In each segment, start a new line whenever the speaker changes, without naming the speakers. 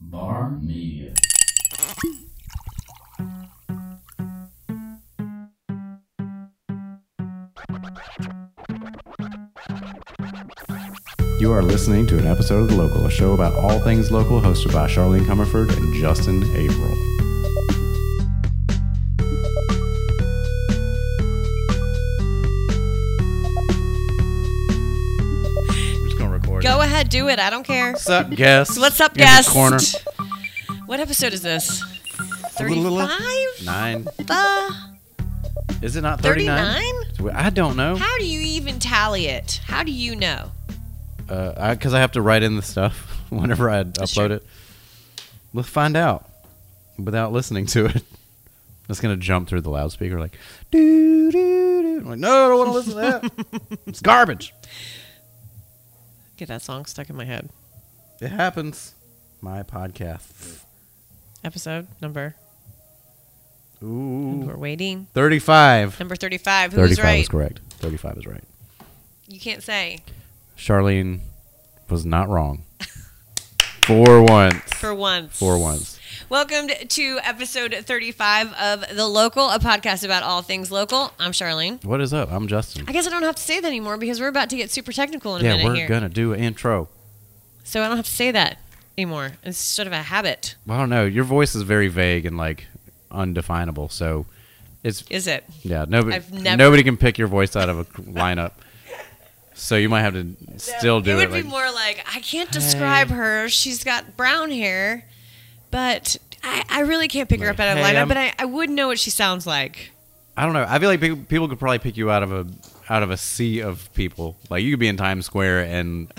Bar Media.
You are listening to an episode of The Local, a show about all things local, hosted by Charlene Comerford and Justin Averill. We're just gonna record.
Go ahead, do it. I don't care.
What's up, guest?
What's up,
In the
guest?
corner.
What episode is this?
little-
35?
Nine.
Uh,
Is it not
39?
thirty-nine? I don't know.
How do you even tally it? How do you know?
Uh, I, cause I have to write in the stuff whenever I upload
true.
it. We'll find out without listening to it. It's gonna jump through the loudspeaker like, doo doo doo. I'm like, no, I don't want to listen to that. it's garbage.
Get that song stuck in my head.
It happens. My podcast.
Episode number.
Ooh,
We're waiting.
thirty-five.
Number 35. Who was
Thirty-five
right?
is correct. Thirty-five is right.
You can't say.
Charlene was not wrong. For once.
For once.
For once.
Welcome to episode 35 of The Local, a podcast about all things local. I'm Charlene.
What is up? I'm Justin.
I guess I don't have to say that anymore because we're about to get super technical in a
Yeah,
minute
we're
here.
gonna do an intro.
So I don't have to say that anymore. It's sort of a habit,
Well, I don't know. Your voice is very vague and like undefinable. So it's
is it?
yeah. Nobody
I've never-
nobody can pick your voice out of a lineup. So you might have to still do
it
it.
would
like,
be more like I can't describe her. She's got brown hair, but I, I really can't pick her
Like,
up out of
hey,
lineup.
I'm-
But I, I would know what she sounds like.
I don't know. I feel like pe- people could probably pick you out of a out of a sea of people. Like you could be in Times Square and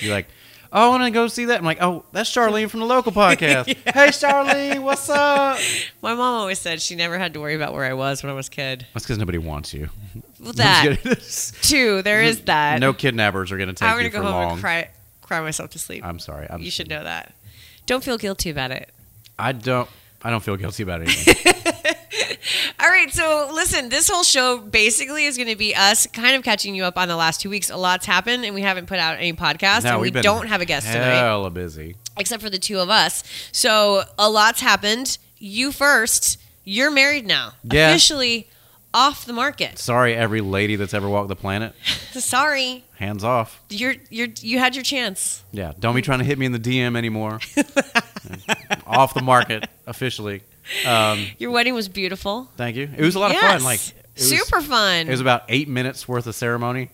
you're like, oh, I want to go see that. I'm like, oh, that's Charlene from the local podcast. Hey, Charlene, what's up?
My mom always said she never had to worry about where I was when I was a kid.
That's because nobody wants you.
Well, that too. There is that.
no kidnappers are gonna take
I'm
you
gonna
for
go home
long.
and cry, cry myself to sleep.
I'm sorry. I'm
you should know that. Don't feel guilty about it.
I don't. I don't feel guilty about anything.
All right, so listen, this whole show basically is going to be us kind of catching you up on the last two weeks. A lot's happened, and we haven't put out any podcasts, and we
we've been
don't have a guest tonight,
Hella busy.
except for the two of us. So a lot's happened. You first. You're married now,
Yeah.
officially off the market.
Sorry, every lady that's ever walked the planet.
Sorry,
Hands off.
you're you're you had your chance.
Yeah, don't be trying to hit me in the DM anymore. off the market officially. Um,
Your wedding was beautiful.
thank you. It was a lot of fun. Like it was,
super fun,
It was about eight minutes worth of ceremony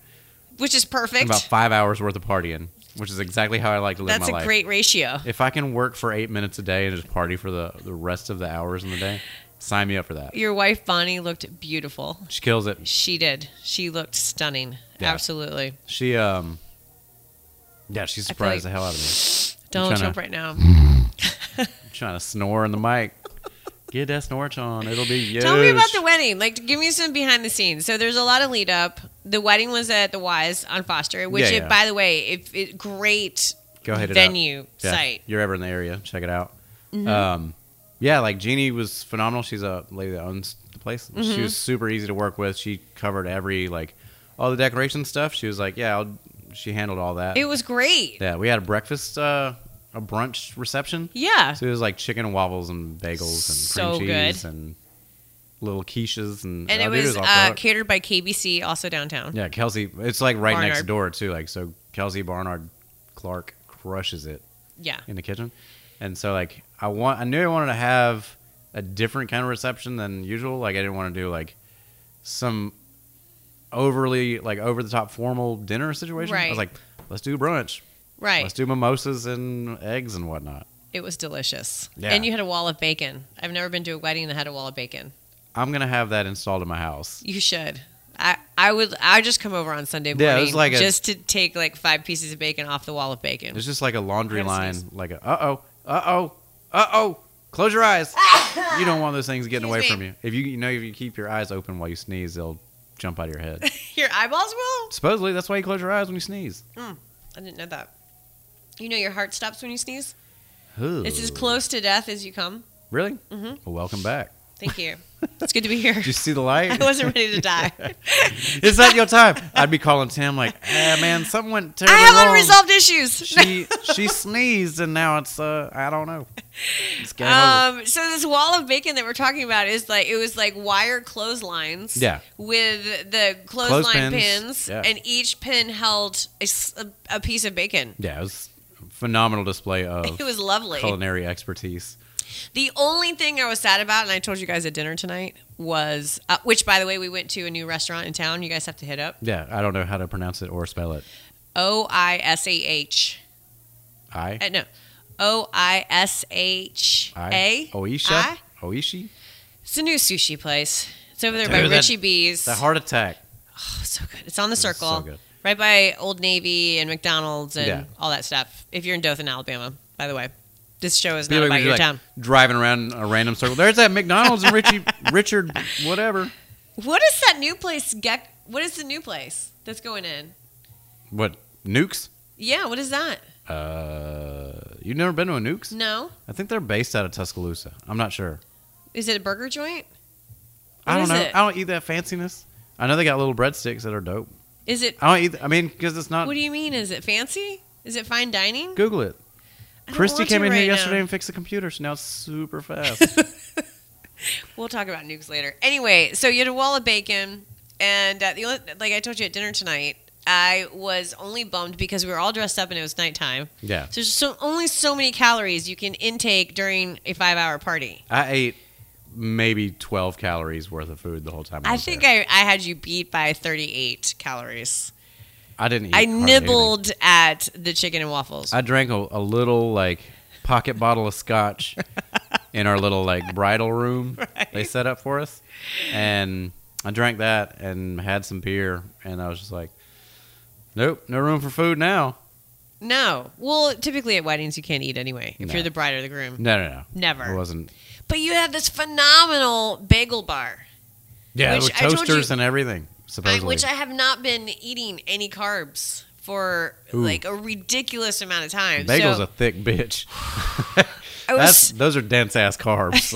which is
and
perfect.
about five hours worth of partying, which is exactly how I like to live
That's
my
a
life.
great ratio.
if I can work for eight minutes a day and just party for the, the rest of the hours in the day, sign me up for that.
Your wife Bonnie looked beautiful.
She kills it.
She did. She looked stunning.
Yeah.
Absolutely.
She um Yeah, she
feel
surprised
like-
the hell out of me.
Donald
tryna-
Trump right now.
Trying to snore in the mic. Get that snorch on. It'll be huge.
Tell me about the wedding. Like, give me some behind the scenes. So there's a lot of lead up. The wedding was at the Wise on Foster, which,
Yeah,
it,
yeah.
by the way, if it, great
Go ahead it up.
venue
Yeah,
site. Mm-hmm.
You're ever in the area, check it out. Um yeah, like Jeannie was phenomenal. She's a lady that owns the place.
Mm-hmm.
She was super easy to work with. She covered every like all the decoration stuff. She was like, yeah, I'll, she handled all that.
It was great.
yeah, we had a breakfast uh a brunch reception.
Yeah.
So it was like chicken and waffles and bagels and
So
cream
good.
cheese and little quiches and
And
Oh,
it
dude,
was
off the
uh,
hook.
catered by KBC, also downtown.
yeah Kelsey it's like right next
Barnard.
door too like so Kelsey Barnard Clark crushes it
Yeah.
in the kitchen and so like I want I knew I wanted to have a different kind of reception than usual like I didn't want to do like some overly like over the top formal dinner situation I
Right.
was like let's do brunch
Right.
let's do mimosas and eggs and whatnot
It was delicious.
Yeah.
And you had a wall of bacon. I've never been to a wedding that had a wall of bacon.
I'm gonna have that installed in my house
You should. I, I would I just come over on Sunday morning
Yeah, it was like a-
just to take like five pieces of bacon off the wall of bacon.
It's just like a laundry
I'm
line,
gonna sneeze.
like a uh oh, uh oh, uh oh. Close your eyes. you don't want those things getting away
Excuse
from you. If you, you know if you keep your eyes open while you sneeze, they'll jump out of your head.
Your eyeballs will?
Supposedly that's why you close your eyes when you sneeze.
I didn't know that. You know your heart stops when you sneeze?
Ooh.
It's as close to death as you come.
Really? Mm-hmm. Well, welcome back.
Thank you. It's good to be here.
Did you see the light?
I wasn't ready to die.
Is that your time? I'd be calling Tim like, eh, man, someone went
I
terribly
have
wrong.
unresolved issues.
She she sneezed and now it's uh I don't know. It's game over.
Um, so this wall of bacon that we're talking about is like it was like wire clotheslines.
Yeah.
With the clothesline
Clothespins,
pins,
yeah.
and each pin held a, s- a- a piece of bacon.
Yeah, it was a phenomenal display of
It was lovely.
culinary expertise.
The only thing I was sad about, and I told you guys at dinner tonight, was uh, which, by the way, we went to a new restaurant in town. You guys have to hit up
Yeah, I don't know how to pronounce it or spell it.
O I S A H.
I
Uh, No, O I S H
I
A.
Oisha
I?
Oishi.
It's a new sushi place. It's over there by
Dude, that-
Richie B's.
The heart attack.
Oh, so good. It's on the
It's so
circle,
good.
right by Old Navy and McDonald's and
Yeah.
all that stuff. If you're in Dothan, Alabama, by the way, this show is
Be
not
like-
about
be
your
like
town.
Driving around a random circle. There's that McDonald's and Richie Richard whatever.
What is that new place? Gek? What is the new place that's going in?
What nukes?
Yeah, what is that?
Uh, you've never been to a nukes?
No,
I think they're based out of Tuscaloosa. I'm not sure.
is it a burger joint?
I
What
don't
is
know.
it?
I don't eat that fanciness. I know they got little breadsticks that are dope.
Is it?
I don't eat. I mean, because it's not.
What do you mean? Is it fancy? Is it fine dining?
Google it.
I don't
Christy
want
came
to
in here
right now.
yesterday and fixed the computer, so now it's super fast.
We'll talk about nukes later. Anyway, so you had a wall of bacon, and uh, the only, like I told you at dinner tonight, I was only bummed because we were all dressed up and it was nighttime.
yeah,
So there's so, only so many calories you can intake during a five-hour party.
I ate maybe 12 calories worth of food the whole time. I,
I
was
think
there.
I, I had you beat by 38 calories.
I, didn't. eat
I
hardly anything.
nibbled at the chicken and waffles.
I drank a, a little like pocket bottle of scotch in our little like bridal room they set up for us, and I drank that and had some beer, and I was just like, nope, no room for food now.
no. Well, typically at weddings you can't eat anyway if
No.
you're the bride or the groom.
No, no, no. It
Never.
wasn't.
But you had this phenomenal bagel bar.
Yeah,
Which I
there were
told
toasters
you-
and everything.
I,
Supposedly,
which I have not been eating any carbs for
Ooh.
like a ridiculous amount of time.
bagels
so
a thick bitch.
I was-
That's, those are dense ass carbs.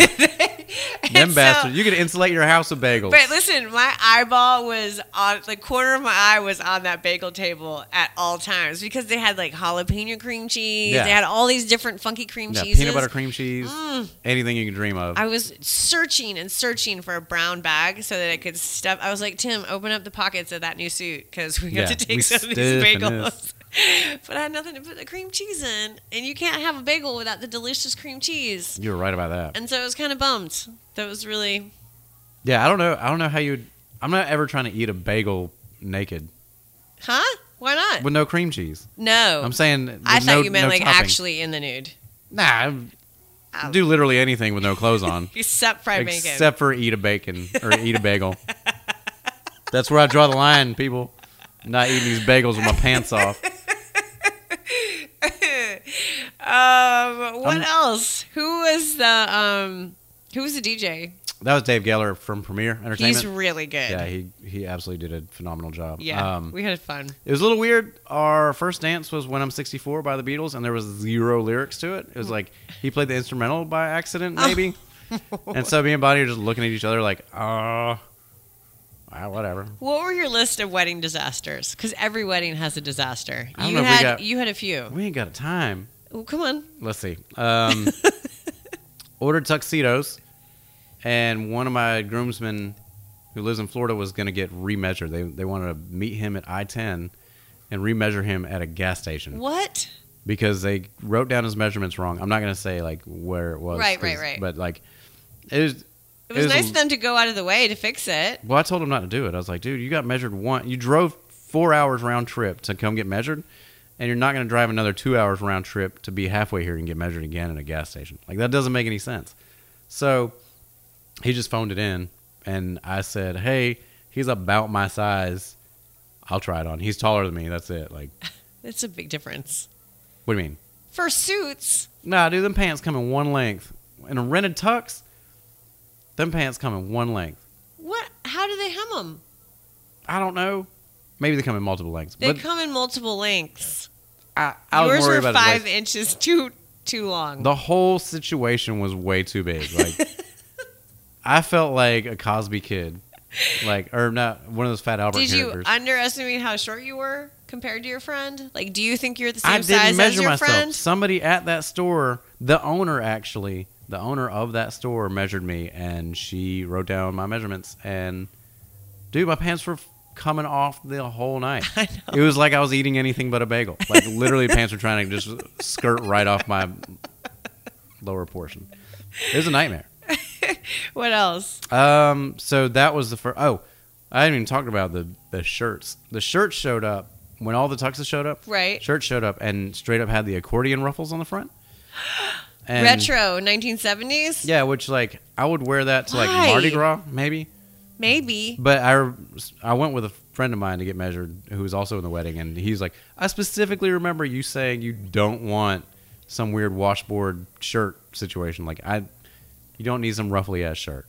Them
so-
bastards. You could insulate your house with bagels.
But listen, my eyeball was on the corner of my eye was on that bagel table at all times because they had like jalapeno cream cheese.
Yeah.
They had all these different funky cream
yeah,
cheeses.
peanut butter cream cheese, anything you can dream of.
Mm. I was searching and searching for a brown bag so that I could stuff. I was like, Tim, open up the pockets of that new suit because we
Yeah,
have to
we
take some of these
stiffing
bagels. but I had nothing to put the cream cheese in, and you can't have a bagel without the delicious cream cheese.
you were right about that.
And so I was kind of bummed. That was really
Yeah, I don't know. I don't know how you. would I'm not ever trying to eat a bagel naked
huh? Why not?
with no cream cheese.
no,
I'm saying with
Oh. I thought
no-
you meant
no
like Oh.
topping.
actually in the nude,
Nah, I
Ow.
do literally anything with no clothes on,
except fried bacon.
except for eat a bacon or eat a bagel. That's where I draw the line, people. I'm not eating these bagels with my pants off.
Um, what
I'm-
else? Who was the um? Who was the DJ?
That was Dave Geller from Premiere
He's
Entertainment.
really good.
yeah, he he absolutely did a phenomenal job.
Yeah,
Um,
we had fun.
It was a little weird. Our first dance was "When I'm 64" by the Beatles, and there was zero lyrics to it. It was like he played the instrumental by accident, maybe. and so me and Bonnie are just looking at each other like, uh, ah, whatever.
What were your list of wedding disasters? Because every wedding has a disaster.
I don't
you
know if we
had
got-
you had a few.
We ain't got a time.
Well, come on,
Let's see. Um, ordered tuxedos, and one of my groomsmen who lives in Florida was going to get remeasured. They they wanted to meet him at I-10 and remeasure him at a gas station.
what?
because they wrote down his measurements wrong. I'm not gonna say like where it was,
Right, right,
'cause-
right.
But like, it was.
It
it
was
was
nice
a-
of them to go out of the way to fix it.
Well, I told him not to do it. I was like, dude, you got measured one. You drove four hours round trip to come get measured, and you're not gonna drive another two hours round trip to be halfway here and get measured again at a gas station. Like that doesn't make any sense. So he just phoned it in, and I said, hey, he's about my size. I'll try it on. He's taller than me. That's it. Like,
It's a big difference.
what do you mean?
For suits,
Nah, dude, them pants come in one length. In a rented tux, them pants come in one length.
what? How do they hem them?
I don't know. Maybe they come in multiple lengths.
They
but
come in multiple lengths.
I, I was
Yours
worried
were
about his
five
waist.
inches too too long.
The whole situation was way too big. Like I felt like a Cosby kid, like or not one of those Fat Albert
Did you
characters.
underestimate how short you were compared to your friend? Like, do you think you're the same
I
size
didn't
as
measure
your
myself.
friend?
Somebody at that store, the owner actually, the owner of that store measured me, and she wrote down my measurements. And dude, my pants were f- coming off the whole night.
I
It was like I was eating anything but a bagel. Like literally, pants were trying to just skirt right off my lower portion. It was a nightmare.
What else?
Um, so that was the first. Oh, I didn't even talk about the the shirts. The shirts showed up when all the tuxes showed up.
Right.
Shirts showed up and straight up had the accordion ruffles on the front. And-
Retro 1970s?
Yeah, which like I would wear that to like
Why?
Mardi Gras maybe,
Maybe.
but I I went with a friend of mine to get measured who was also in the wedding, and he's like, I specifically remember you saying you don't want some weird washboard shirt situation. Like I, you don't need some ruffly ass shirt.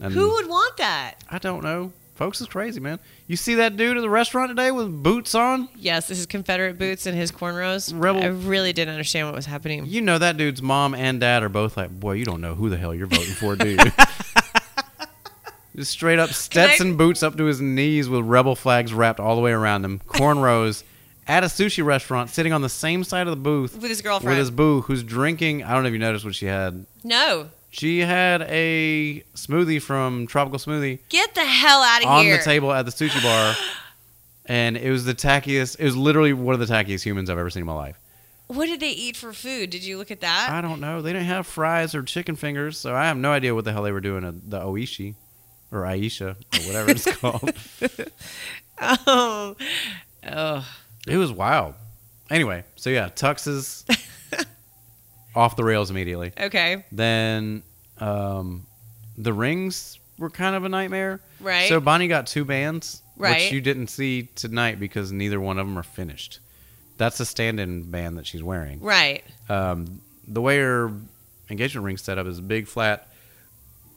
And
Who would want that?
I don't know. Folks is crazy, man. You see that dude at the restaurant today with boots on?
Yes, this is Confederate boots and his cornrows.
Rebel-
I really didn't understand what was happening.
You know that dude's mom and dad are both like, boy, you don't know who the hell you're voting for, dude. Just straight up Stetson boots up to his knees with rebel flags wrapped all the way around him, cornrows, at a sushi restaurant, sitting on the same side of the booth
With his
with
girlfriend.
his boo, who's drinking. I don't know if you noticed what she had.
no.
She had a smoothie from Tropical Smoothie
Get the hell out of
on
here.
the table at the sushi bar, and it was the tackiest. It was literally one of the tackiest humans I've ever seen in my life.
What did they eat for food? Did you look at that?
I don't know. They didn't have fries or chicken fingers, so I have no idea what the hell they were doing at the Oishi or Aisha or whatever it's called.
Oh. Oh.
It was wild. Anyway, so yeah, tuxes off the rails immediately.
Okay.
Then um, the rings were kind of a nightmare.
Right.
So Bonnie got two bands,
Right.
which you didn't see tonight because neither one of them are finished. That's the stand-in band that she's wearing.
right.
Um, the way her engagement ring set up is a big flat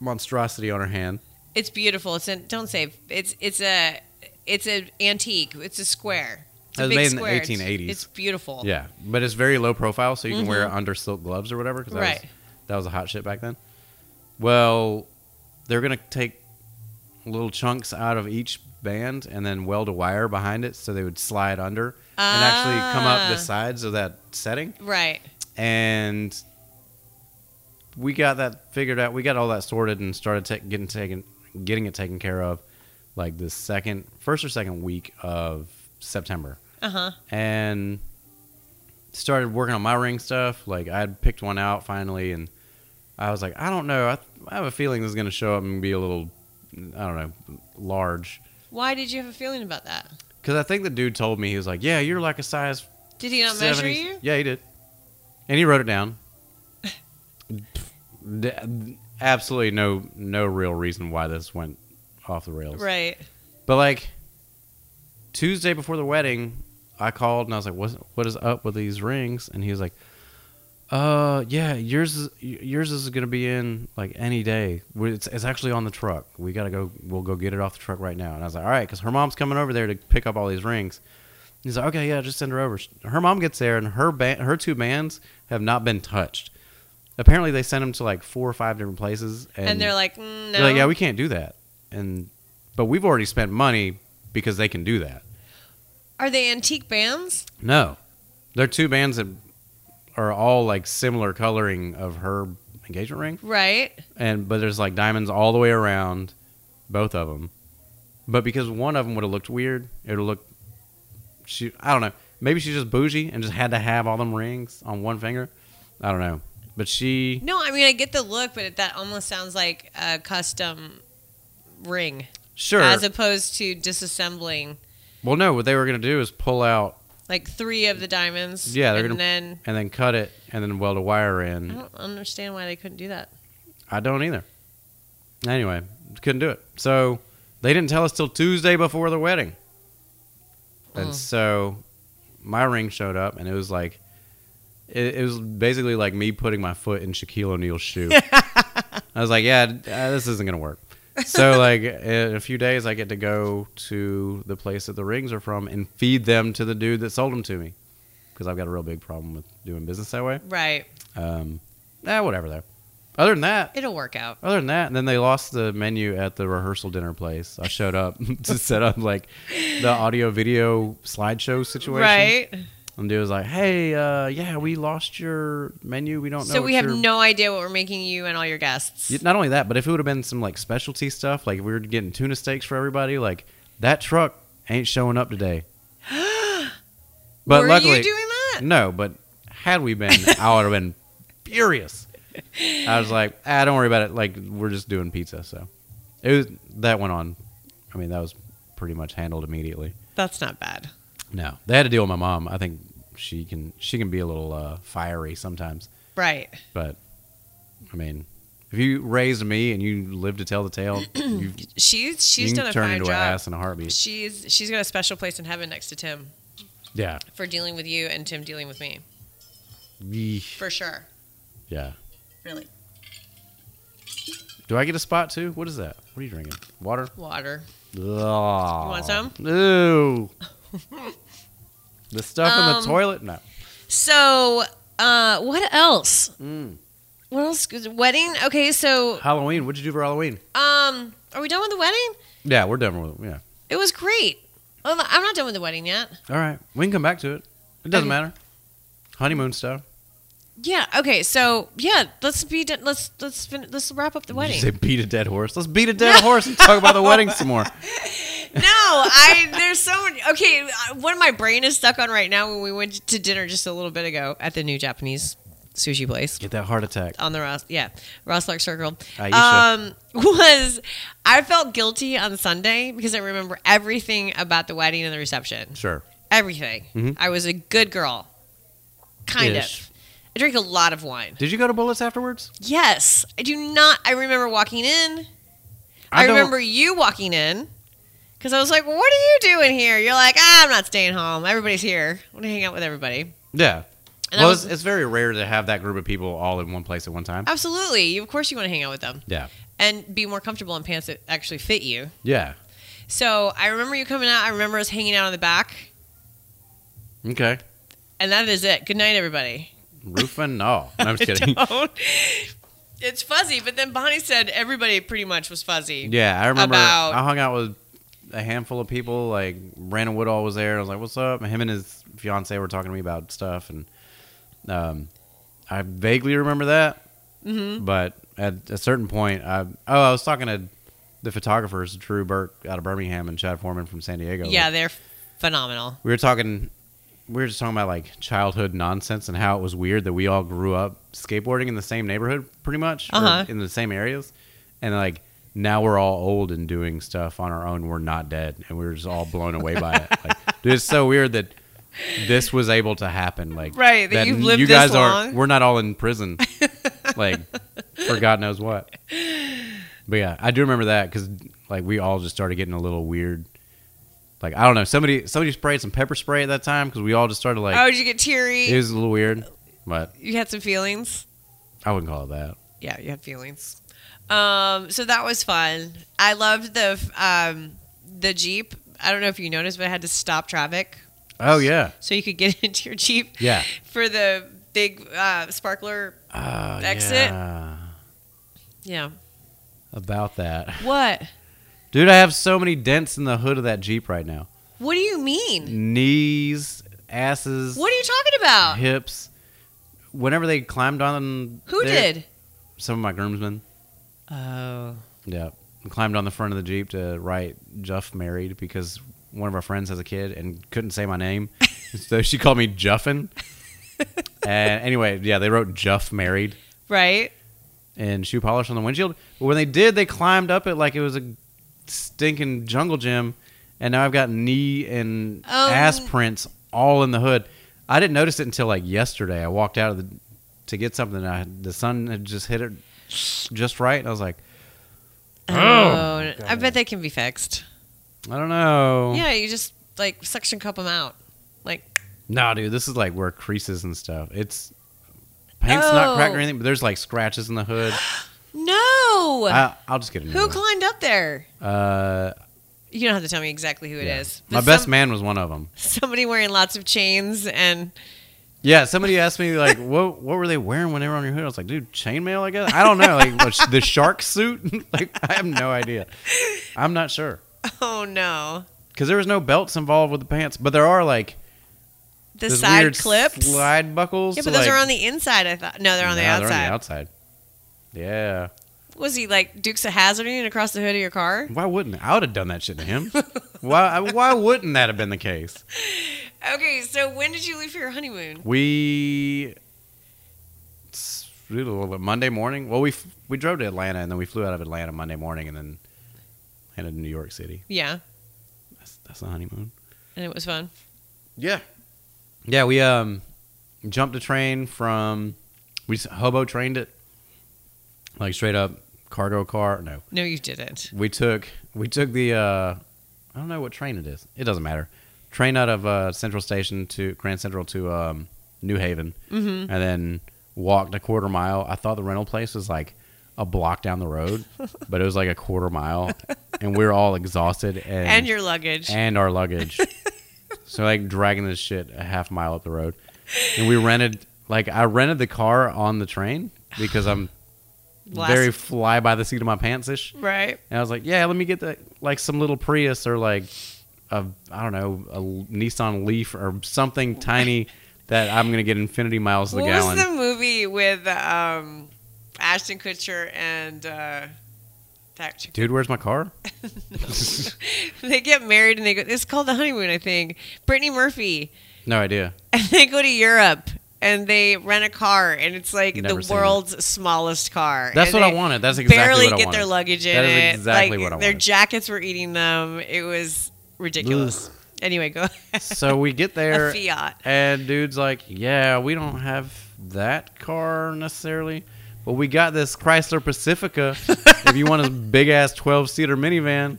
monstrosity on her hand.
It's beautiful. It's in, don't say it's it's a it's an antique. It's a square. It's a
It was
big
made in the
square. It's-
1880s.
It's, beautiful.
Yeah, but it's very low profile, so you can wear it under silk gloves or whatever. 'cause that
Mm-hmm. Right.
Was, that was a hot shit back then. Well, they're gonna take little chunks out of each band and then weld a wire behind it so they would slide under and actually come up the
Ah.
sides of that setting.
Right.
and we got that figured out. We got all that sorted and started ta- getting taken, getting it taken care of, like the second, first or second week of September,
Uh huh.
and started working on my ring stuff. Like I had picked one out finally, and I was like, I don't know. I, I have a feeling this is going to show up and be a little, I don't know, large.
Why did you have a feeling about that?
Because I think the dude told me he was like, Yeah, you're like a size
Did he not measure
70s.
you?
Yeah, he did. And he wrote it down. D- Absolutely no no real reason why this went off the rails.
Right.
But like Tuesday before the wedding, I called and I was like, "What's what is up with these rings?" And he was like, "Uh, yeah, yours is y- yours is gonna be in like any day. We- It's it's actually on the truck. We gotta go. We'll go get it off the truck right now." And I was like, "All right," because her mom's coming over there to pick up all these rings. And He's like, "Okay, yeah, just send her over." Sh- Her mom gets there and her ba- her two bands have not been touched. Apparently, they sent them to like four or five different places,
And, they're like, mm, no.
they're like, yeah, we can't do that. And but we've already spent money because they can do that.
Are they antique bands?
No, there are two bands that are all like similar coloring of her engagement ring,
Right.
and but there's like diamonds all the way around both of them. But because one of them would have looked weird, it would have looked. She, I don't know. Maybe she's just bougie and just had to have all them rings on one finger. I don't know. But she,
No, I mean I get the look, but that almost sounds like a custom ring
sure.
as opposed to disassembling
well, no. What they were gonna do is pull out
like three of the diamonds.
Yeah, they're
and
gonna-
then
and then cut it and then weld a wire in.
I don't understand why they couldn't do that.
I don't either. Anyway, couldn't do it. So they didn't tell us till Tuesday before the wedding. And
Oh.
so my ring showed up and it was like it, it was basically like me putting my foot in Shaquille O'Neal's shoe. I was like, yeah, uh, this isn't going to work. So like in a few days I get to go to the place that the rings are from and feed them to the dude that sold them to me because I've got a real big problem with doing business that way.
Right.
Um, eh, whatever though. Other than that,
It'll work out.
other than that, and then they lost the menu at the rehearsal dinner place. I showed up to set up like the audio video slideshow situation.
Right.
And dude was like, "Hey, uh, yeah, we lost your menu. We don't know."
So
what
we have
your-
no idea what we're making you and all your guests.
Yeah, Not only that, but if it would have been some like specialty stuff, like if we were getting tuna steaks for everybody, like that truck ain't showing up today. But
Were
luckily,
you doing that?
no. But had we been, I would have been furious. I was like, "Ah, don't worry about it. Like we're just doing pizza." So it was that went on. I mean, that was pretty much handled immediately.
That's not bad.
No, they had to deal with my mom. I think she can she can be a little uh, fiery sometimes.
Right.
But I mean, if you raised me and you live to tell the tale, you,
She's she's
you
done
can
a
turn
fine
into an
job.
ass in a heartbeat.
She's she's got a special place in heaven next to Tim
Yeah.
for dealing with you and Tim dealing with me.
Yeesh.
For sure.
Yeah.
Really.
Do I get a spot too? What is that? What are you drinking? Water?
Water.
Ugh. You want
some?
Ew. the stuff in
Um,
the toilet? No.
So uh what else?
Mm.
What else? Wedding? Okay, so
Halloween. What'd you do for Halloween?
um are we done with the wedding?
Yeah, we're done with it. Yeah.
It was great. Well, I'm not done with the wedding yet.
All right. We can come back to it. It doesn't
Okay.
matter. Honeymoon stuff.
Yeah. Okay. So yeah, let's be done. Let's let's fin- let's wrap up the
You
wedding.
say beat a dead horse. Let's beat a dead horse and talk about the wedding some more.
no, I there's so many. Okay, uh, what my brain is stuck on right now when we went to dinner just a little bit ago at the new Japanese sushi place
Get that heart attack.
on the Ross yeah Ross Clark Circle.
Aisha.
Um, was I felt guilty on Sunday because I remember everything about the wedding and the reception.
Sure.
Everything.
Mhm.
I was a good girl, kind
Ish.
of. I drank a lot of wine.
Did you go to Bullets afterwards?
Yes, I do not. I remember walking in.
I
I,
don't-
remember you walking in because I was like, "What are you doing here?" You're like, ah, "I'm not staying home. Everybody's here. I'm gonna hang out with everybody."
Yeah.
And I
well,
was
it's, it's very rare to have that group of people all in one place at one time.
absolutely. You, of course, you want to hang out with them
Yeah.
and be more comfortable in pants that actually fit you.
Yeah.
So I remember you coming out. I remember us hanging out on the back,
Okay.
and that is it. Good night, everybody.
Roofing? No. No, I'm just
I
kidding.
don't. It's fuzzy, but then Bonnie said everybody pretty much was fuzzy.
Yeah, I remember
About-
I hung out with a handful of people. Like, Brandon Woodall was there. I was like, what's up? And him and his fiance were talking to me about stuff. And um, I vaguely remember that.
hmm
But at a certain point, I oh, I was talking to the photographers, Drew Burke out of Birmingham and Chad Foreman from San Diego.
Yeah, they're phenomenal.
we were talking, we were just talking about like childhood nonsense and how it was weird that we all grew up skateboarding in the same neighborhood, pretty much, or
Uh-huh.
in the same areas, and like now we're all old and doing stuff on our own. We're not dead, and we were just all blown away by it. Like, dude, it's so weird that. This was able to happen, like
Right, that you've lived
you
this
guys are.
long.
We're not all in prison, like for God knows what. But yeah, I do remember that because like we all just started getting a little weird. Like I don't know, somebody somebody sprayed some pepper spray at that time because we all just started like
oh, did you get teary?
it was a little weird, but
you had some feelings.
I wouldn't call it that.
Yeah, you had feelings. Um, so that was fun. I loved the um, the jeep. I don't know if you noticed, but I had to stop traffic
Oh yeah,
so you could get into your jeep
yeah.
for the big uh, sparkler.
Oh,
Exit.
yeah.
Yeah.
About that,
What?
dude. I have so many dents in the hood of that Jeep right now.
What do you mean?
Knees, asses,
What are you talking about?
hips. Whenever they climbed on,
Who
there-
did?
Some of my groomsmen.
Oh.
Yeah. And climbed on the front of the Jeep to write Juff married because one of our friends has a kid and couldn't say my name. so she called me Juffin. and anyway, yeah, they wrote Juff married
Right.
and shoe polish on the windshield. But when they did, they climbed up it like it was a stinking jungle gym. And now I've got knee and
Oh,
ass
n-
prints all in the hood. I didn't notice it until like yesterday. I walked out of the to get something. And I, the sun had just hit it just right, and I was like,
Oh. I bet they can be fixed.
I don't know.
Yeah, you just like suction cup them out. Like
Nah, dude, this is like where creases and stuff. It's paint's
Oh.
not cracked or anything, but there's like scratches in the hood.
no.
I, I'll just get a new
Who
one.
climbed up there?
uh,
You don't have to tell me exactly who it is.
yeah. My
There's
best
some-
man was one of them.
Somebody wearing lots of chains and
Yeah, somebody asked me like, what what were they wearing when they were on your hood? I was like, dude, chainmail, I guess. I don't know, like what, the shark suit. like, I have no idea. I'm not sure
Oh no,
because there was no belts involved with the pants, but there are like
the
those
side
weird
clips.
slide buckles.
yeah, but
so,
those
like-
are on the inside. I thought no, they're on the
Nah,
outside.
They're on the outside. Yeah.
Was he like Dukes of Hazzard and across the hood of your car?
Why wouldn't I would have done that shit to him? why why wouldn't that have been the case?
Okay, so when did you leave for your honeymoon?
We it's a little bit- Monday morning. Well, we f- we drove to Atlanta and then we flew out of Atlanta Monday morning and then headed to New York City.
Yeah,
That's that's the honeymoon.
and it was fun.
Yeah. Yeah, we um jumped a train from we s- hobo trained it like straight up cargo car. No,
No, you didn't.
we took we took the uh, I don't know what train it is. It doesn't matter. Train out of uh, Central Station to Grand Central to um, New Haven, and
Mm-hmm.
then walked a quarter mile. I thought the rental place was like a block down the road, but it was like a quarter mile, and we were all exhausted and
And your luggage.
and our luggage. so like dragging this shit a half mile up the road, and we rented like I rented the car on the train because I'm
Last-
very fly by the seat of my pants ish.
right.
And I was like, yeah, let me get the like some little Prius or like a I don't know a Nissan Leaf or something tiny that I'm gonna get infinity miles to the
What
gallon.
was the movie with um, Ashton Kutcher and uh, that chick-
Dude, where's my car?
they get married and they go. It's called the honeymoon, I think. Brittany Murphy
No idea.
and they go to Europe. And they rent a car, and it's like
Never
the
seen it.
world's smallest car.
That's
And
what I
they
wanted. That's exactly
barely
what I
get
wanted.
their luggage in
That
it.
is exactly
like,
what I
Their
wanted.
jackets were eating them. It was ridiculous. Anyway, go.
so we get there,
a Fiat.
and dude's like, yeah, we don't have that car necessarily, but we got this Chrysler Pacifica. if you want a big ass twelve seater minivan,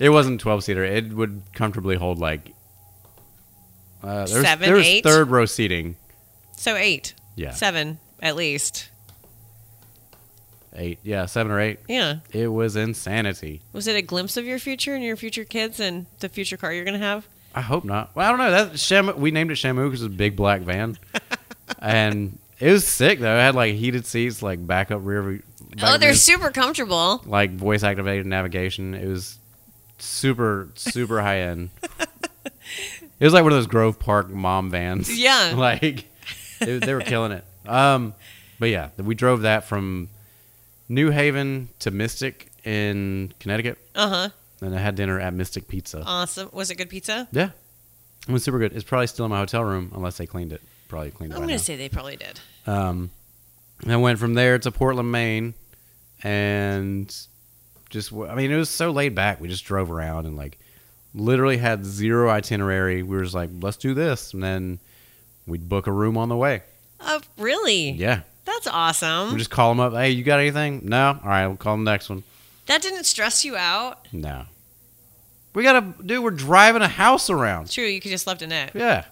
it wasn't twelve seater. It would comfortably hold like uh, there's,
Seven,
there's
eight?
third row seating.
So eight,
Yeah,
seven at least.
eight. Yeah, seven or eight.
Yeah.
It was insanity.
Was it a glimpse of your future and your future kids and the future car you're gonna have?
I hope not. Well, I don't know. That Sham- we named it Shamu because it's a big black van, and it was sick though. It had like heated seats, like backup rear. view-
oh,
backup
they're
rear-
super comfortable.
like voice activated navigation. It was super super high end. It was like one of those Grove Park mom vans.
Yeah.
like it, they were killing it. Um, but yeah, we drove that from New Haven to Mystic in Connecticut,
Uh huh.
and I had dinner at Mystic Pizza.
Awesome. Was it good pizza?
Yeah. It was super good. It's probably still in my hotel room unless they cleaned it. Probably cleaned it
I'm
by
gonna
now.
say they probably did.
Um, and I went from there to Portland, Maine, and just I mean it was so laid back. We just drove around and like literally had zero itinerary. We were just like, let's do this, and then we'd book a room on the way.
Oh, really?
Yeah,
That's
we
awesome.
just call them up. Hey, you got anything? No. All right, we'll call the next one.
That didn't stress you out.
No. We gotta dude. We're driving a house around.
True, you could just left a net.
Yeah.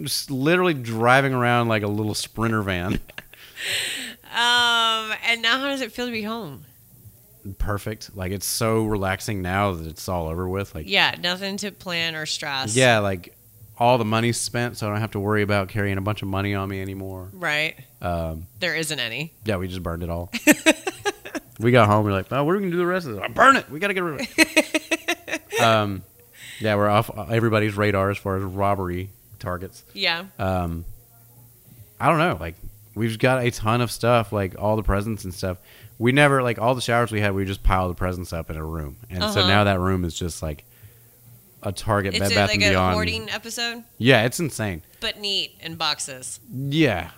just literally driving around like a little sprinter van.
Um, and now how does it feel to be home?
perfect. Like it's so relaxing now that it's all over with. Like
Yeah, nothing to plan or stress.
yeah, like all the money's spent, so I don't have to worry about carrying a bunch of money on me anymore.
Right.
Um,
There isn't any.
yeah, we just burned it all. we got home. We're like, oh, what are we gonna do the rest of this? burn it. We gotta get rid of it. um, yeah, we're off uh, everybody's radar as far as robbery targets.
Yeah.
um, I don't know. Like we've got a ton of stuff, like all the presents and stuff. We never like all the showers we had. We just piled the presents up in a room, and so
Uh-huh.
now that room is just like a Target,
It's
Bed
a,
Bath
like
and
a
Beyond.
hoarding episode,
Yeah, it's insane.
but neat in boxes.
Yeah,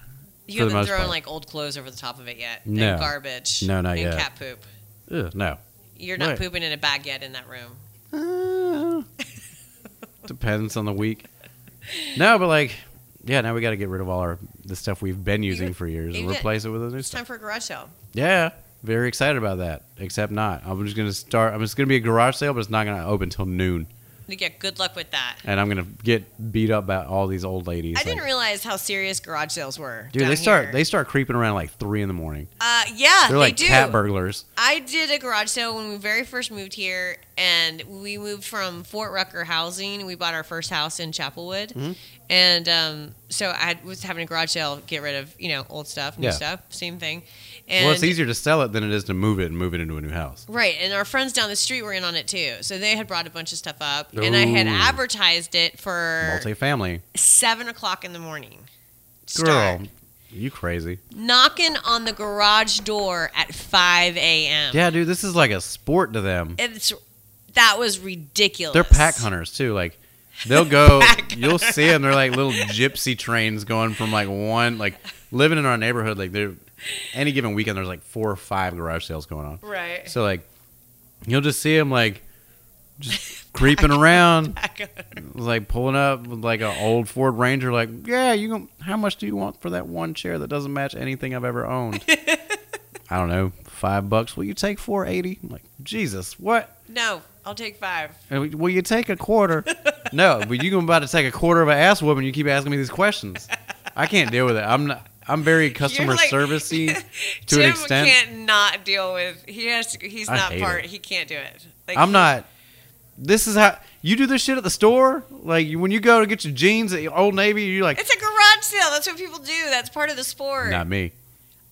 For the
You haven't
most
thrown
part.
like old clothes over the top of it yet.
No.
And garbage.
No, not
and
yet.
cat poop.
Ugh, no.
You're not
Right.
pooping in a bag yet in that room.
Uh, depends on the week. No, but like, yeah. Now we got to get rid of all our the stuff we've been using for years and
you got-
replace it with a new
It's
stuff.
time for a garage sale.
Yeah, very excited about that. Except not. I'm just gonna start. I'm just gonna be a garage sale, but it's not gonna open till noon.
Yeah, good luck with that.
and I'm gonna get beat up by all these old ladies.
I didn't
Like,
realize how serious garage sales were.
Dude,
down
they start
here.
they start creeping around like three in the morning.
uh, yeah,
They're like
they do.
cat burglars.
I did a garage sale when we very first moved here, and we moved from Fort Rucker housing. We bought our first house in Chapelwood,
Mm-hmm.
and um, so I had- was having a garage sale, get rid of you know old stuff, new
Yeah.
stuff, same thing. And
well, it's easier to sell it than it is to move it and move it into a new house.
Right, and our friends down the street were in on it too. So they had brought a bunch of stuff up, and I had
Ooh.
advertised it for
Multifamily.
seven o'clock in the morning.
Girl,
Start.
you crazy.
knocking on the garage door at five a.m.
Yeah, dude, this is like a sport to them.
it's that was ridiculous.
They're pack hunters too. Like they'll go,
Pack
you'll see them. They're like little gypsy trains going from like one, like living in our neighborhood. Like they're any given weekend, there's like four or five garage sales going on.
right?
So like you'll just see them like just creeping around, like pulling up with like an old Ford Ranger. Like yeah, you going how much do you want for that one chair that doesn't match anything I've ever owned? I don't know, five bucks. Will you take four eighty? Like Jesus, what?
no, I'll take five.
And we- Will you take a quarter? no, but you gonna about to take a quarter of an ass whooping. You keep asking me these questions. I can't deal with it. I'm not. I'm very customer
You're like-
servicey to
Jim
an extent.
can't not deal with. He has. to- He's
I
not
hate
part. He can't do it. Like,
I'm not. This is how you do this shit at the store. Like you- when you go to get your jeans at Old Navy, you're like,
It's a garage sale. That's what people do. That's part of the sport.
not me.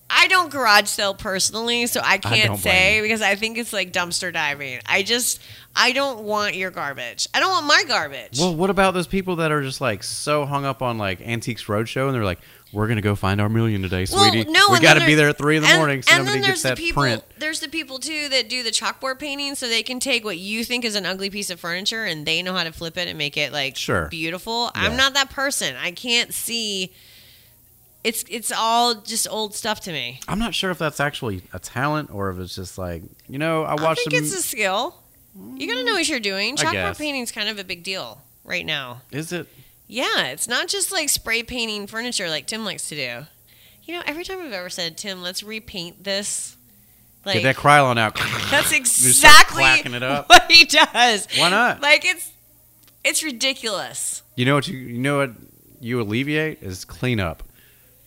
I don't garage sell personally, so I can't
don't blame
say
you.
because I think it's like dumpster diving. I just I don't want your garbage. I don't want my garbage.
Well, what about those people that are just like so hung up on like Antiques Roadshow and they're like, we're gonna go find our million today,
Well,
sweetie.
no,
we
and then
got to be
there-
there at three in the
and-
morning. So
and
nobody
then
gets that
there's the people.
print.
There's the people too that do the chalkboard painting, so they can take what you think is an ugly piece of furniture and they know how to flip it and make it like
Sure.
beautiful. I'm
Yeah.
not that person. I can't see. It's it's all just old stuff to me.
I'm not sure if that's actually a talent or if it's just like you know I
I
watched.
think
some-
it's a skill. You gotta know what you're doing.
I
Chalkboard
guess.
painting's kind of a big deal right now.
is it
Yeah, it's not just like spray painting furniture like Tim likes to do. You know, every time I've ever said, Tim, let's repaint this. Like
Get that Krylon out.
that's
Just start
exactly
clacking it up.
what he does.
Why not?
Like it's it's ridiculous.
You know what you, you know what you alleviate is clean up.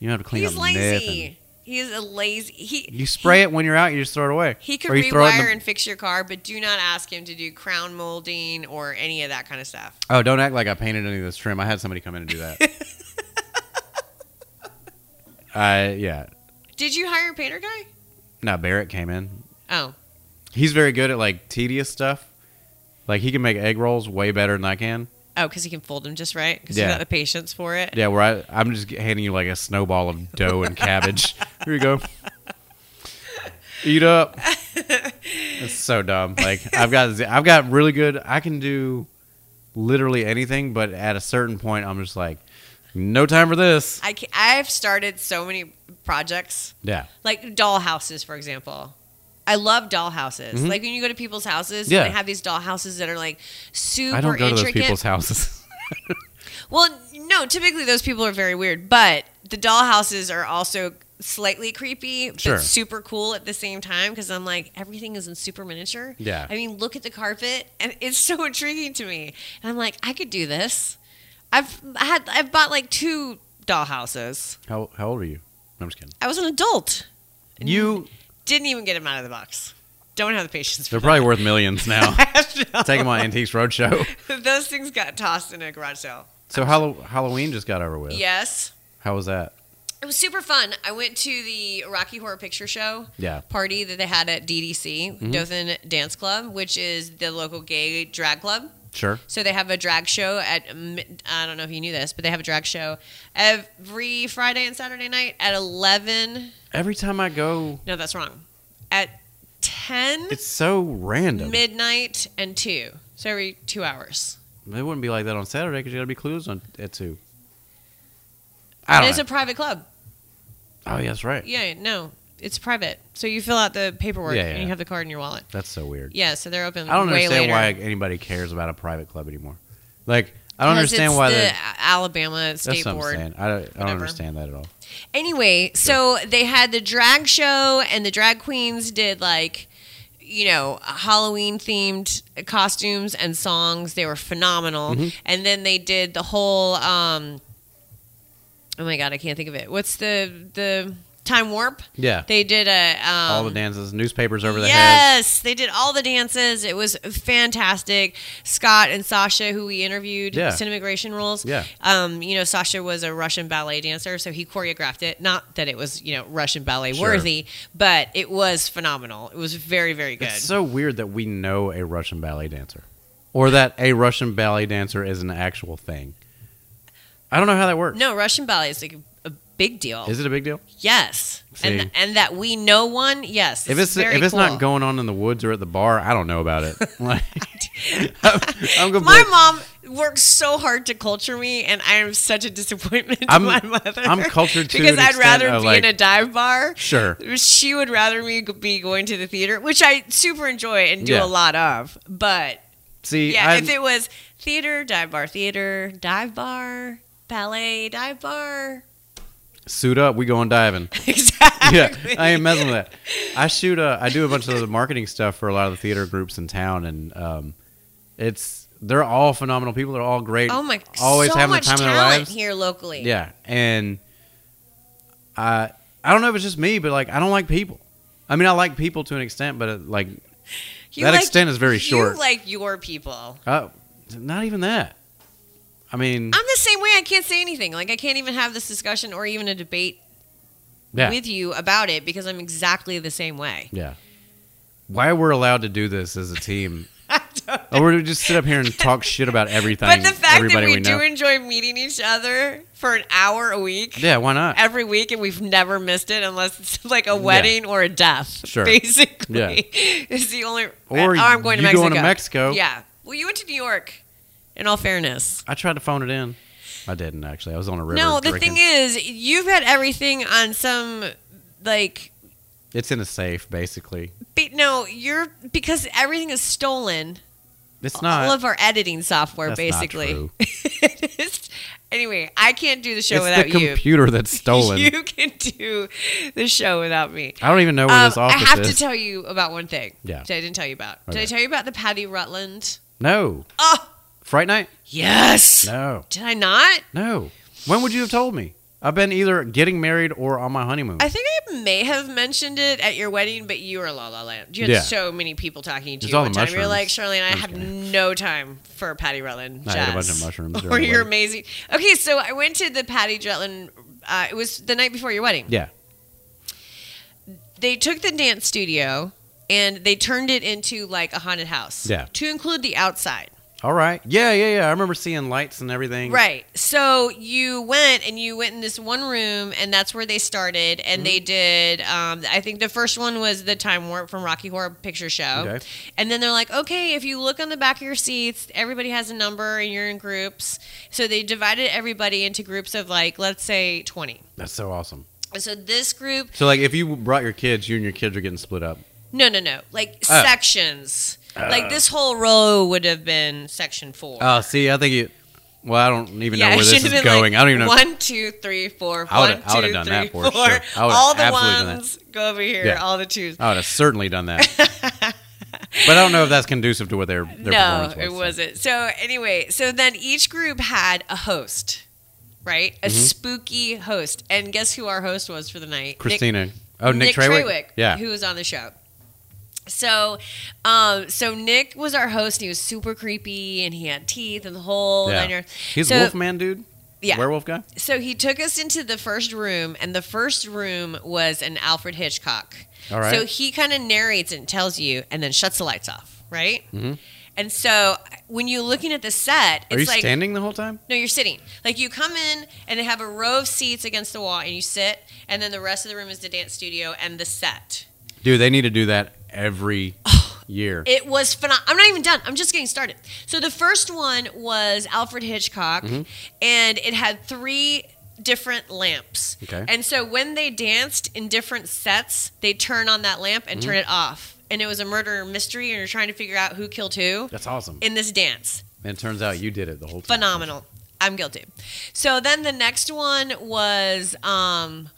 You don't have to clean
He's
up nothing.
lazy. He's a lazy he
You spray it when you're out. You just throw it away.
he could
Or you throw it in
rewire
the-
and fix your car, but do not ask him to do crown molding or any of that kind of stuff.
oh, don't act like I painted any of this trim. I had somebody come in and do that. I yeah.
Did you hire a painter guy?
No, Barrett came in.
Oh.
He's very good at like tedious stuff. Like he can make egg rolls way better than I can.
Oh, because he can fold them just right? Because
Yeah.
he's got the patience for it.
Yeah, where I, I'm just handing you like a snowball of dough and cabbage. Here you go. Eat up. It's so dumb. Like I've got I've got really good. I can do literally anything, but at a certain point, I'm just like, no time for this.
I ca- I've started so many projects,
Yeah,
like dollhouses, for example. I love dollhouses.
Mhm.
Like when you go to people's houses,
Yeah.
and they have these dollhouses that are like super
I don't go to those
intricate.
people's houses.
well, no, typically those people are very weird, but the dollhouses are also slightly creepy,
Sure.
but super cool at the same time because I'm like, everything is in super miniature.
Yeah.
I mean, look at the carpet, and it's so intriguing to me. And I'm like, I could do this. I've had I've bought like two dollhouses.
How how old are you? I'm just kidding.
I was an adult.
You
Didn't even get him out of the box. Don't have the patience for
they're probably worth millions now.
that.
Take them on Antiques Roadshow.
Those things got tossed in a garage sale.
So Hall- Halloween just got over with.
Yes.
How was that?
It was super fun. I went to the Rocky Horror Picture Show
Yeah.
party that they had at DDC,
Mm-hmm.
Dothan Dance Club, which is the local gay drag club.
Sure.
So they have a drag show at, um, I don't know if you knew this, but they have a drag show every Friday and Saturday night at 11.
Every time I go,
No, that's wrong. At 10.
it's so random.
midnight and two. So every two hours.
It wouldn't be like that on Saturday because you got to be closed on at two. I
and
don't
it's
know.
a private club.
oh, yeah, that's right.
Yeah, no, it's private. So you fill out the paperwork
Yeah,
and
yeah.
you have the card in your wallet.
That's so weird.
Yeah, so they're open.
I don't
way
understand
later.
why anybody cares about a private club anymore. Like, I don't
'Cause
understand
it's
why
the
they-
Alabama State
That's what I'm
Board.
saying. I don't, I don't
Whatever.
understand that at all.
Anyway, so they had the drag show and the drag queens did like you know Halloween themed costumes and songs. They were phenomenal.
Mhm.
And then they did the whole um oh my god, I can't think of it. What's the the Time Warp.
Yeah.
They did a um,
all the dances, newspapers over the heads.
yes, they did all the dances. It was fantastic. Scott and Sasha, who we interviewed,
Yeah.
Cinemigration rules.
Yeah.
Um, you know, Sasha was a Russian ballet dancer, so he choreographed it. Not that it was, you know, Russian ballet
Sure.
worthy, but it was phenomenal. It was very, very good.
It's so weird that we know a Russian ballet dancer, or that a Russian ballet dancer is an actual thing. I don't know how that works.
no, Russian ballet is like a, a big deal.
Is it a big deal?
yes.
See.
And and that we know one, yes.
If
this
it's
is very
if it's
cool.
not going on in the woods or at the bar, I don't know about it. Like, I'm, I'm completely-
My mom works so hard to culture me, and I am such a disappointment to
I'm-
my mother.
I'm cultured to
because
an
I'd
extent
rather
of,
be
like-
in a dive bar.
Sure.
She would rather me g- be going to the theater, which I super enjoy and do
Yeah.
a lot of. But
See,
yeah,
I-
if it was theater, dive bar, theater, dive bar, ballet, dive bar,
suit up, we going diving.
exactly.
yeah, I ain't messing with that. I shoot. Uh, I do a bunch of the marketing stuff for a lot of the theater groups in town, and um, it's they're all phenomenal people. They're all great.
Oh my!
always
so
having
much
the time of their
talent
lives.
here locally.
Yeah, and I I don't know if it's just me, but like I don't like people. I mean, I like people to an extent, but it, like
You
That extent is very short.
You like your people.
uh, not even that. I mean,
I'm the same way. I can't say anything. Like I can't even have this discussion or even a debate
yeah,
with you about it because I'm exactly the same way.
yeah. Why we're allowed to do this as a team?
I don't-
Or we just sit up here and talk shit about everything.
but the fact that
everybody
we,
we know.
do enjoy meeting each other for an hour a week
yeah, why not?
every week, and we've never missed it unless it's like a wedding or a death.
Sure.
Basically,
Yeah.
is the only.
Or
oh, I'm going to
you
Mexico.
going to Mexico.
Yeah. Well, you went to New York. In all fairness.
I tried to phone it in. I didn't actually. I was on a river.
No, the
drinking.
thing is, you've had everything on some like
it's in a safe, basically.
Be- no, you're because everything is stolen.
It's not.
All of our editing software,
That's not
basically.
true.
It is- anyway, I can't do the
it's
show without
the
you.
computer that's stolen.
You can do the show without me.
I don't even know where
Um,
this
I
office
have
is.
to tell you about one thing.
Yeah.
that I didn't tell you about. Did I
Okay.
tell you about the Patty Rutland?
no,
Oh,
Fright Night.
yes.
No,
Did I not?
no. When would you have told me? I've been either getting married or on my honeymoon.
I think I may have mentioned it at your wedding, but you were La La Land. You had
Yeah.
so many people talking to
It's
you
all
one
the
time. You're
mushrooms.
like, Charlene, I
I'm
have
just kidding.
no time for Patty Rutland
I
jazz.
ate a bunch of mushrooms during
Or
the
your
wedding.
amazing. Okay, so I went to the Patty Rutland. Uh, it was the night before your wedding.
yeah,
They took the dance studio and they turned it into like a haunted house.
Yeah.
To include the outside.
all right. Yeah, yeah, yeah. I remember seeing lights and everything.
Right. So you went and you went in this one room, and that's where they started. And
Mm-hmm.
they did, um, I think the first one was the Time Warp from Rocky Horror Picture Show.
Okay.
And then they're like, okay, if you look on the back of your seats, everybody has a number and you're in groups. So they divided everybody into groups of like, let's say 20.
That's so awesome.
So this group,
So like, if you brought your kids, you and your kids are getting split up.
no, no, no, like
Oh.
sections. like this whole row would have been section four.
Oh, see, I think you. Well, I don't even know
it
where this
should
is
have been
going.
like
I don't even know.
One, two, three, four.
I would've-
One,
I would've
two,
done
three,
that for
four.
sure. I would've
All the
absolutely done that.
ones go over here.
Yeah.
All the twos.
I would have certainly done that. but I don't know if that's conducive to what their their
no,
performance was.
it wasn't. So anyway, so then each group had a host, right?
Mm-hmm.
A spooky host, and guess who our host was for the night? Nick
Christina. oh, Nick, Trawick. Yeah.
who was on the show. So, um, so Nick was our host. And he was super creepy, and he had teeth and the whole
Yeah.
nine yards.
He's
so-
a Wolfman dude.
Yeah.
Werewolf guy.
So he took us into the first room, and the first room was an Alfred Hitchcock.
All right.
So he kind of narrates and tells you, and then shuts the lights off, right?
Mhm.
And so when you're looking at the set,
Are you
it's like
standing the whole time?
no, you're sitting. Like you come in, and they have a row of seats against the wall, and you sit, and then the rest of the room is the dance studio and the set.
Dude, they need to do that every year.
Oh. It was phenomenal. I'm not even done. I'm just getting started. So the first one was Alfred Hitchcock,
Mm-hmm.
and it had three different lamps.
Okay.
And so when they danced in different sets, they turn on that lamp and turn it
Mm-hmm.
off. And it was a murder mystery, and you're trying to figure out who killed who
That's awesome.
in this dance.
and it turns out you did it the whole time.
Phenomenal. I'm guilty. So then the next one was um,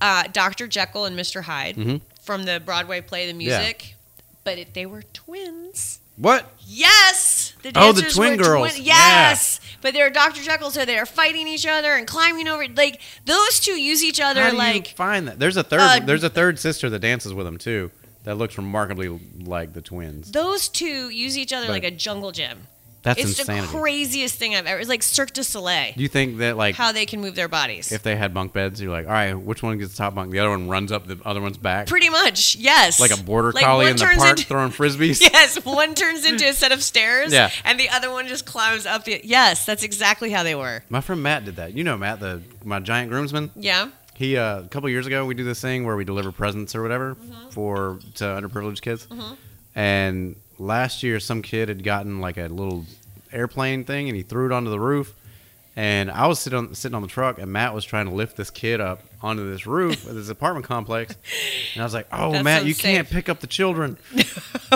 uh, Dr. Jekyll and Mr. Hyde
Mhm.
from the Broadway play The
Yeah.
Music, but it, they were twins.
What?
Yes. The
Oh, the
dancers
twin
were
girls.
Twin,
Yeah.
yes, but they're Dr. Jekyll, so they're fighting each other and climbing over. Like those two use each other.
How do
like
you find that? There's a third.
uh,
there's a third sister that dances with him too. That looks remarkably like the twins.
those two use each other
But-
like a jungle gym.
That's
it's
insanity.
the craziest thing I've ever. It's like Cirque du Soleil.
Do you think that like
how they can move their bodies.
if they had bunk beds, you're like, all right, which one gets the top bunk? The other one runs up the other one's back,
Pretty much, yes.
like a border
Like,
collie
one
in the
turns
park
into-
throwing frisbees.
yes, one turns into a set of stairs,
Yeah.
and the other one just climbs up the. Yes, that's exactly how they were.
My friend Matt did that. You know Matt, the my giant groomsman.
Yeah.
He uh, a couple years ago, we do this thing where we deliver presents or whatever
Mm-hmm.
for to underprivileged kids. And last year, some kid had gotten like a little airplane thing, and he threw it onto the roof. And I was sitting on, sitting on the truck, and Matt was trying to lift this kid up onto this roof of this apartment complex. And I was like, "Oh,
That
Matt,
sounds
you can't
safe.
pick up the children.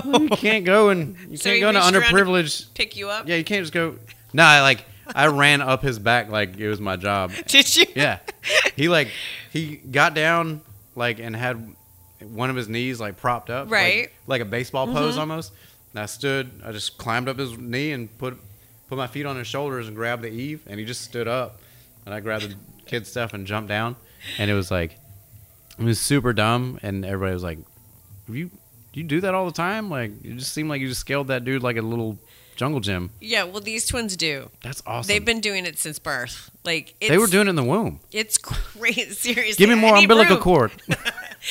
you can't go and you
So
can't
he
go into
reached around to-
underprivileged.
Pick you up.
Yeah, you can't just go. No, I like I ran up his back like it was my job.
Did you?
Yeah. He like he got down like and had one of his knees like propped up. like-
Right. Mm-hmm.
Like, a baseball pose almost. And I stood I just climbed up his knee and put put my feet on his shoulders and grabbed the eave and he just stood up and I grabbed the kid's stuff and jumped down and it was like it was super dumb and everybody was like you you do that all the time like it just seemed like you just scaled that dude like a little jungle gym
Yeah. Well, these twins do.
that's awesome
They've been doing it since birth. Like it's,
they were doing it in the womb
It's crazy. Seriously.
give me
I
more
need
umbilical
proof.
cord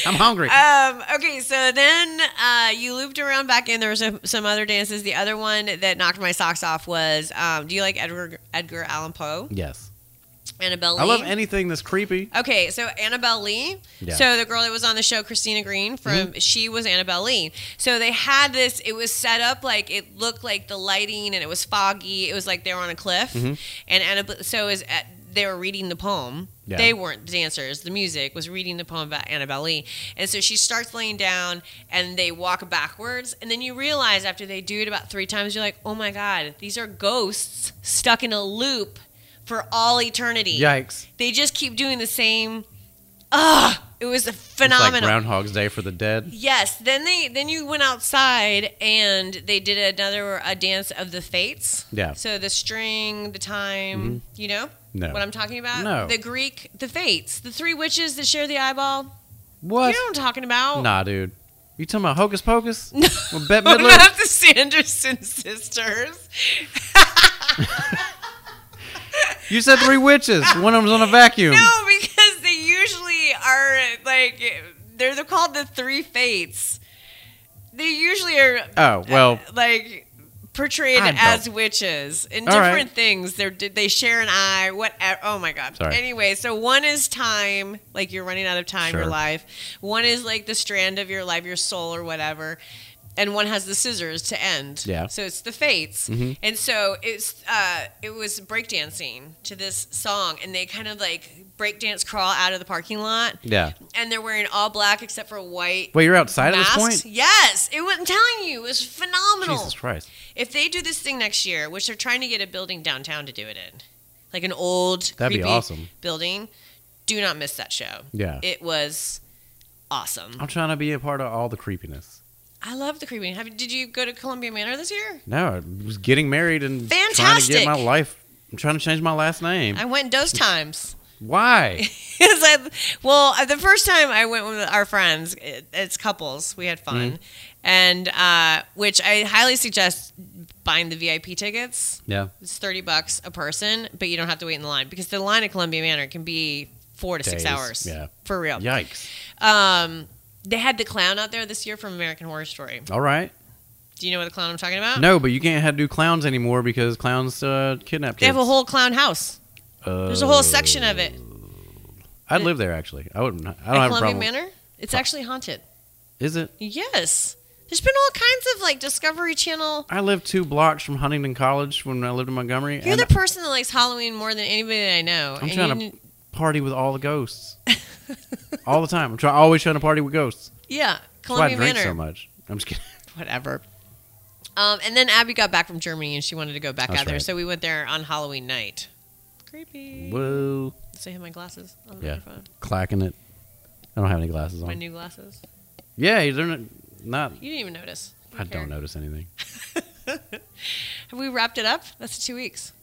i'm hungry
Um, okay, so then uh, you looped around back in. There were some, some other dances. The other one that knocked my socks off was, um, do you like Edgar Edgar Allan Poe?
Yes.
Annabelle.
I love
Lee?
anything that's creepy.
Okay, so Annabelle Lee.
Yeah. Mm-hmm.
So the girl that was on the show, Christina Green, from she was Annabelle Lee. So they had this. It was set up like it looked like the lighting, and it was foggy. It was like they were on a cliff,
Mm-hmm.
and Annabelle. So is at, they were reading the poem.
Yeah.
They weren't the dancers. The music was reading the poem by Annabelle Lee, and so she starts laying down, and they walk backwards, and then you realize after they do it about three times, you're like, oh my god, these are ghosts stuck in a loop for all eternity
Yikes.
they just keep doing the same ugh it was
It's
phenomenal
like Groundhog's Day for the dead.
yes then they then you went outside and they did another a dance of the fates
Yeah. Mm-hmm.
so the string the time you know
No.
what i'm talking about
No.
the greek the fates the three witches that share the eyeball
What?
you know what i'm talking about
Nah, dude. You talking about Hocus Pocus? No. With Bette
What
Midler?
about the sanderson sisters
you said three witches. One of them's on a vacuum.
No, because they usually are like they're, they're called the three fates. They usually are
Oh, well.
like portrayed
I don't-
as witches in
All right.
different things. They're, they share an eye. What? Oh my god.
Sorry.
Anyway, so one is time, like you're running out of time, your
Sure.
life. One is like the strand of your life, your soul, or whatever. And one has the scissors to end.
Yeah. Mm-hmm.
So it's the fates. And so it's uh, it was breakdancing to this song, and they kind of like breakdance crawl out of the parking lot,
Yeah.
and they're wearing all black except for white.
Wait, you're outside at this
masks.
point?
Yes, it was. I'm telling you, it was phenomenal.
Jesus Christ.
If they do this thing next year, which they're trying to get a building downtown to do it in, like an old
That'd be
creepy
awesome.
building, do not miss that show.
Yeah.
It was awesome.
I'm trying to be a part of all the creepiness.
I love the creepy. Have, did you go to Columbia Manor this year?
No, I was getting married and trying to
Fantastic.
get my life. I'm trying to change my last name.
I went those times.
Why?
'Cause I- well, uh, the first time I went with our friends, it, it's couples. We had fun,
Mm-hmm.
and uh, which I highly suggest buying the VIP tickets.
yeah.
It's thirty bucks a person, but you don't have to wait in the line because the line at Columbia Manor can be four to six
Days,
hours.
yeah.
for real.
Yikes.
Um, they had the clown out there this year from American Horror Story.
All right.
Do you know what the clown I'm talking about?
No, but you can't have to do clowns anymore because clowns uh, kidnap kids. Uh,
They have a whole clown house. There's a whole section of it.
I'd live there actually. I wouldn't. Oh. I don't
at
have a
Columbia
problem.
Manor. It's actually haunted.
Is it?
Yes. There's been all kinds of like Discovery Channel.
I lived two blocks from Huntington College when I lived in Montgomery.
You're
and
the person that likes Halloween more than anybody that I know.
I'm
and
trying
you-
to party with all the ghosts, all the time. I'm try, always trying to party with ghosts.
Yeah,
That's why I
Columbia
drink
Manor.
so much. I'm just kidding.
Whatever. Um, and then Abby got back from Germany and she wanted to go back
That's
out there,
right.
so we went there on Halloween night. Creepy.
Whoa,
So I have my glasses on the
Yeah.
microphone.
clacking it. I don't have any glasses
My
on.
new glasses.
yeah, they're not. not
You didn't even notice.
I don't
care.
notice anything.
Have we wrapped it up? That's two weeks.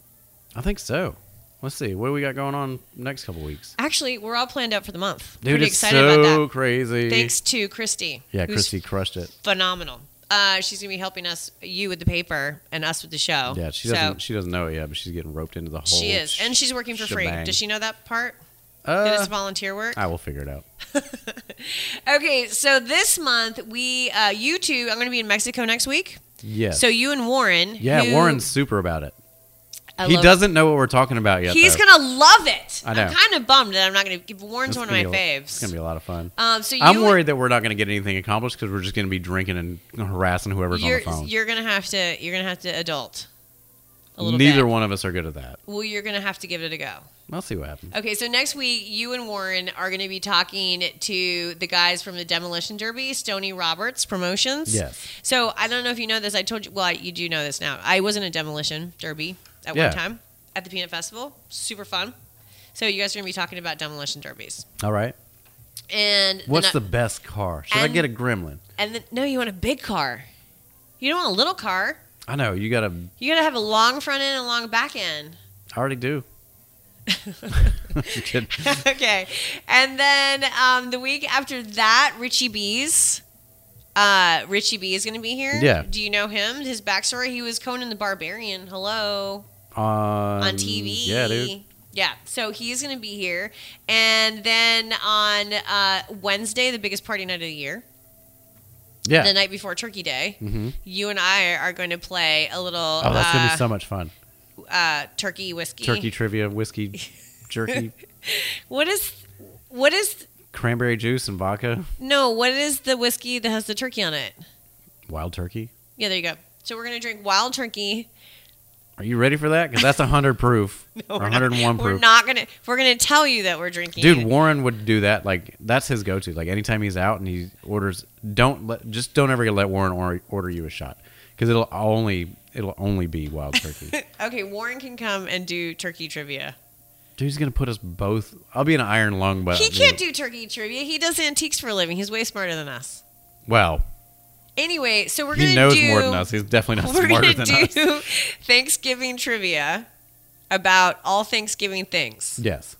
I think so. Let's see. What do we got going on next couple weeks?
Actually, we're all planned out for the month.
Dude,
Pretty
it's
excited
so
about
crazy.
that. Thanks to Christy.
Yeah,
who's
Christy crushed it.
Phenomenal. Uh, she's gonna be helping us, you with the paper, and us with the show.
Yeah, she
Oh, So,
doesn't. she doesn't know it yet, but she's getting roped into the whole.
She is, and she's working for free.
shebang.
Does she know that part? that
Uh,
it's volunteer work.
I will figure it out.
Okay, so this month we, uh, you two, I'm going to be in Mexico next week.
Yes.
So you and Warren.
yeah,
who-
Warren's super about it.
I
he
love-
doesn't know what we're talking about yet.
He's
though.
gonna love it.
I
I'm
know.
kind of bummed that I'm not gonna. give Warren's
It's
one of my
gonna be a- It's
faves.
gonna be a lot of fun.
um, so you
I'm worried that we're not gonna get anything accomplished because we're just gonna be drinking and harassing whoever's on the
You're,
phone.
you're gonna have to. You're gonna have to adult. A little
Neither
bit.
one of us are good at that.
Well, you're gonna have to give it a go.
I'll see what happens.
Okay, so next week you and Warren are gonna be talking to the guys from the Demolition Derby, Stony Roberts Promotions.
Yes.
So I don't know if you know this. I told you. Well, you do know this now. I was in a demolition derby at
Yeah.
one time at the Peanut Festival. Super fun. So you guys are gonna be talking about demolition derbies.
All right.
And
What's
the
the best car? Should I
And-
get a Gremlin?
And then, no, you want a big car. You don't want a little car.
I know you gotta.
You gotta have a long front end and a long back end.
I already do. I'm kidding.
okay. And then um, the week after that, Richie B's. Uh, Richie B is gonna be here.
Yeah.
Do you know him? His backstory? He was Conan the Barbarian. Hello.
on,
on TV.
Um, Yeah, dude.
Yeah, so he's going to be here. And then on uh, Wednesday, the biggest party night of the year,
Yeah.
the night before Turkey Day,
hmm
you and I are going to play a little
Oh, that's gonna
uh,
be so much fun.
uh, turkey whiskey.
Turkey trivia, whiskey, jerky,
What is, what is,
cranberry juice, and vodka.
no, what is the whiskey that has the turkey on it?
Wild turkey.
Yeah, there you go. So we're going to drink wild turkey.
Are you ready for that? Because that's 100 proof or
we're not-
101
We're
proof.
not going to, we're going to tell you that we're drinking.
Dude, Warren would do that. Like that's his go-to. Like anytime he's out and he orders, don't let, just don't ever let Warren or, order you a shot because it'll only it'll only be wild turkey.
okay, Warren can come and do turkey trivia.
Dude, he's gonna put us both. I'll be an iron lung, but
He can't do turkey trivia. He does antiques for a living. He's way smarter than us.
Well,
Anyway, so we're
he
gonna
knows
do,
more than us. He's definitely not
We're
smarter
gonna
than us.
do Thanksgiving trivia about all Thanksgiving things,
Yes.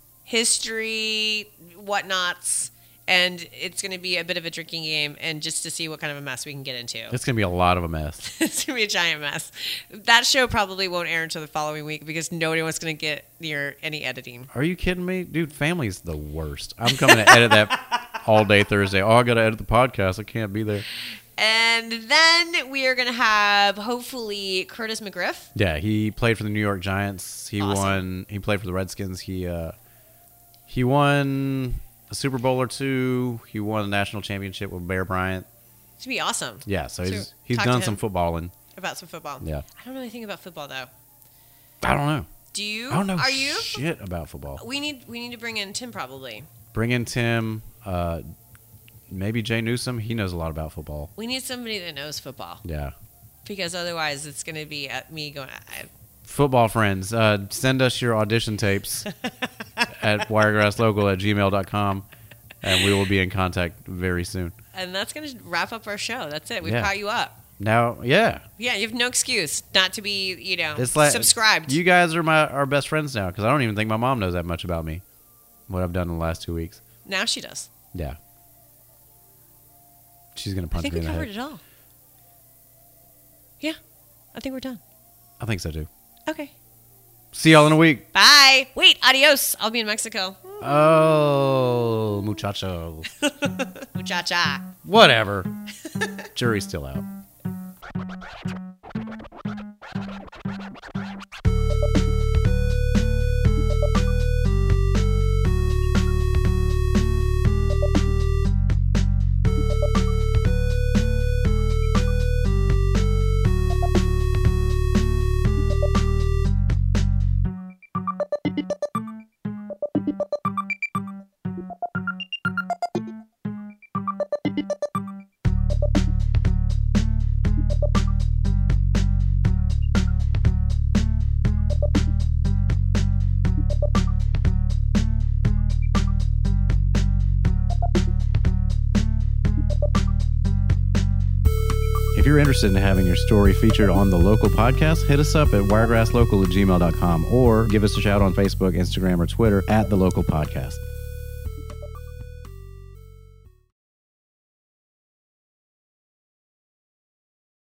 history, whatnots, and it's gonna be a bit of a drinking game, and just to see what kind of a mess we can get into.
It's gonna be a lot of a mess.
it's gonna be a giant mess. That show probably won't air until the following week because nobody wants gonna get near any editing.
Are you kidding me, dude? Family's the worst. I'm coming to edit that all day Thursday. Oh, I gotta edit the podcast. I can't be there.
And then we are gonna have hopefully Curtis McGriff.
Yeah, he played for the New York Giants. He
Awesome.
won. He played for the Redskins. He uh, he won a Super Bowl or two. He won a national championship with Bear Bryant.
It's gonna be awesome
Yeah, so he's
So,
he's
talk to
done some
him.
footballing.
about some football.
Yeah,
I don't know anything about football though.
I don't know.
Do you?
I don't know.
Are you?
shit about football?
We need we need to bring in Tim probably.
Bring in Tim. Uh, maybe Jay Newsom. He knows a lot about football.
We need somebody that knows football
Yeah.
because otherwise it's going to be uh, me going. I,
football friends, uh, send us your audition tapes at wiregrasslocal at gmail.com and we will be in contact very soon.
and that's going to wrap up our show. That's it. We've
Yeah.
caught you up.
Now, yeah,
Yeah, you have no excuse not to be you know
it's like
subscribed.
You guys are my our best friends now because I don't even think my mom knows that much about me, what I've done in the last two weeks.
now she does.
Yeah, she's gonna
I
punch
think
me
we
in the
covered
head.
it all. Yeah, I think we're done.
I think so too.
Okay.
See y'all in a week.
Bye. Wait, adios. I'll be in Mexico.
Oh, muchacho,
Muchacha.
whatever. Jury's still out. If you're interested in having your story featured on the local podcast, hit us up at wiregrasslocal at gmail.com or give us a shout on Facebook, Instagram, or Twitter at the local podcast.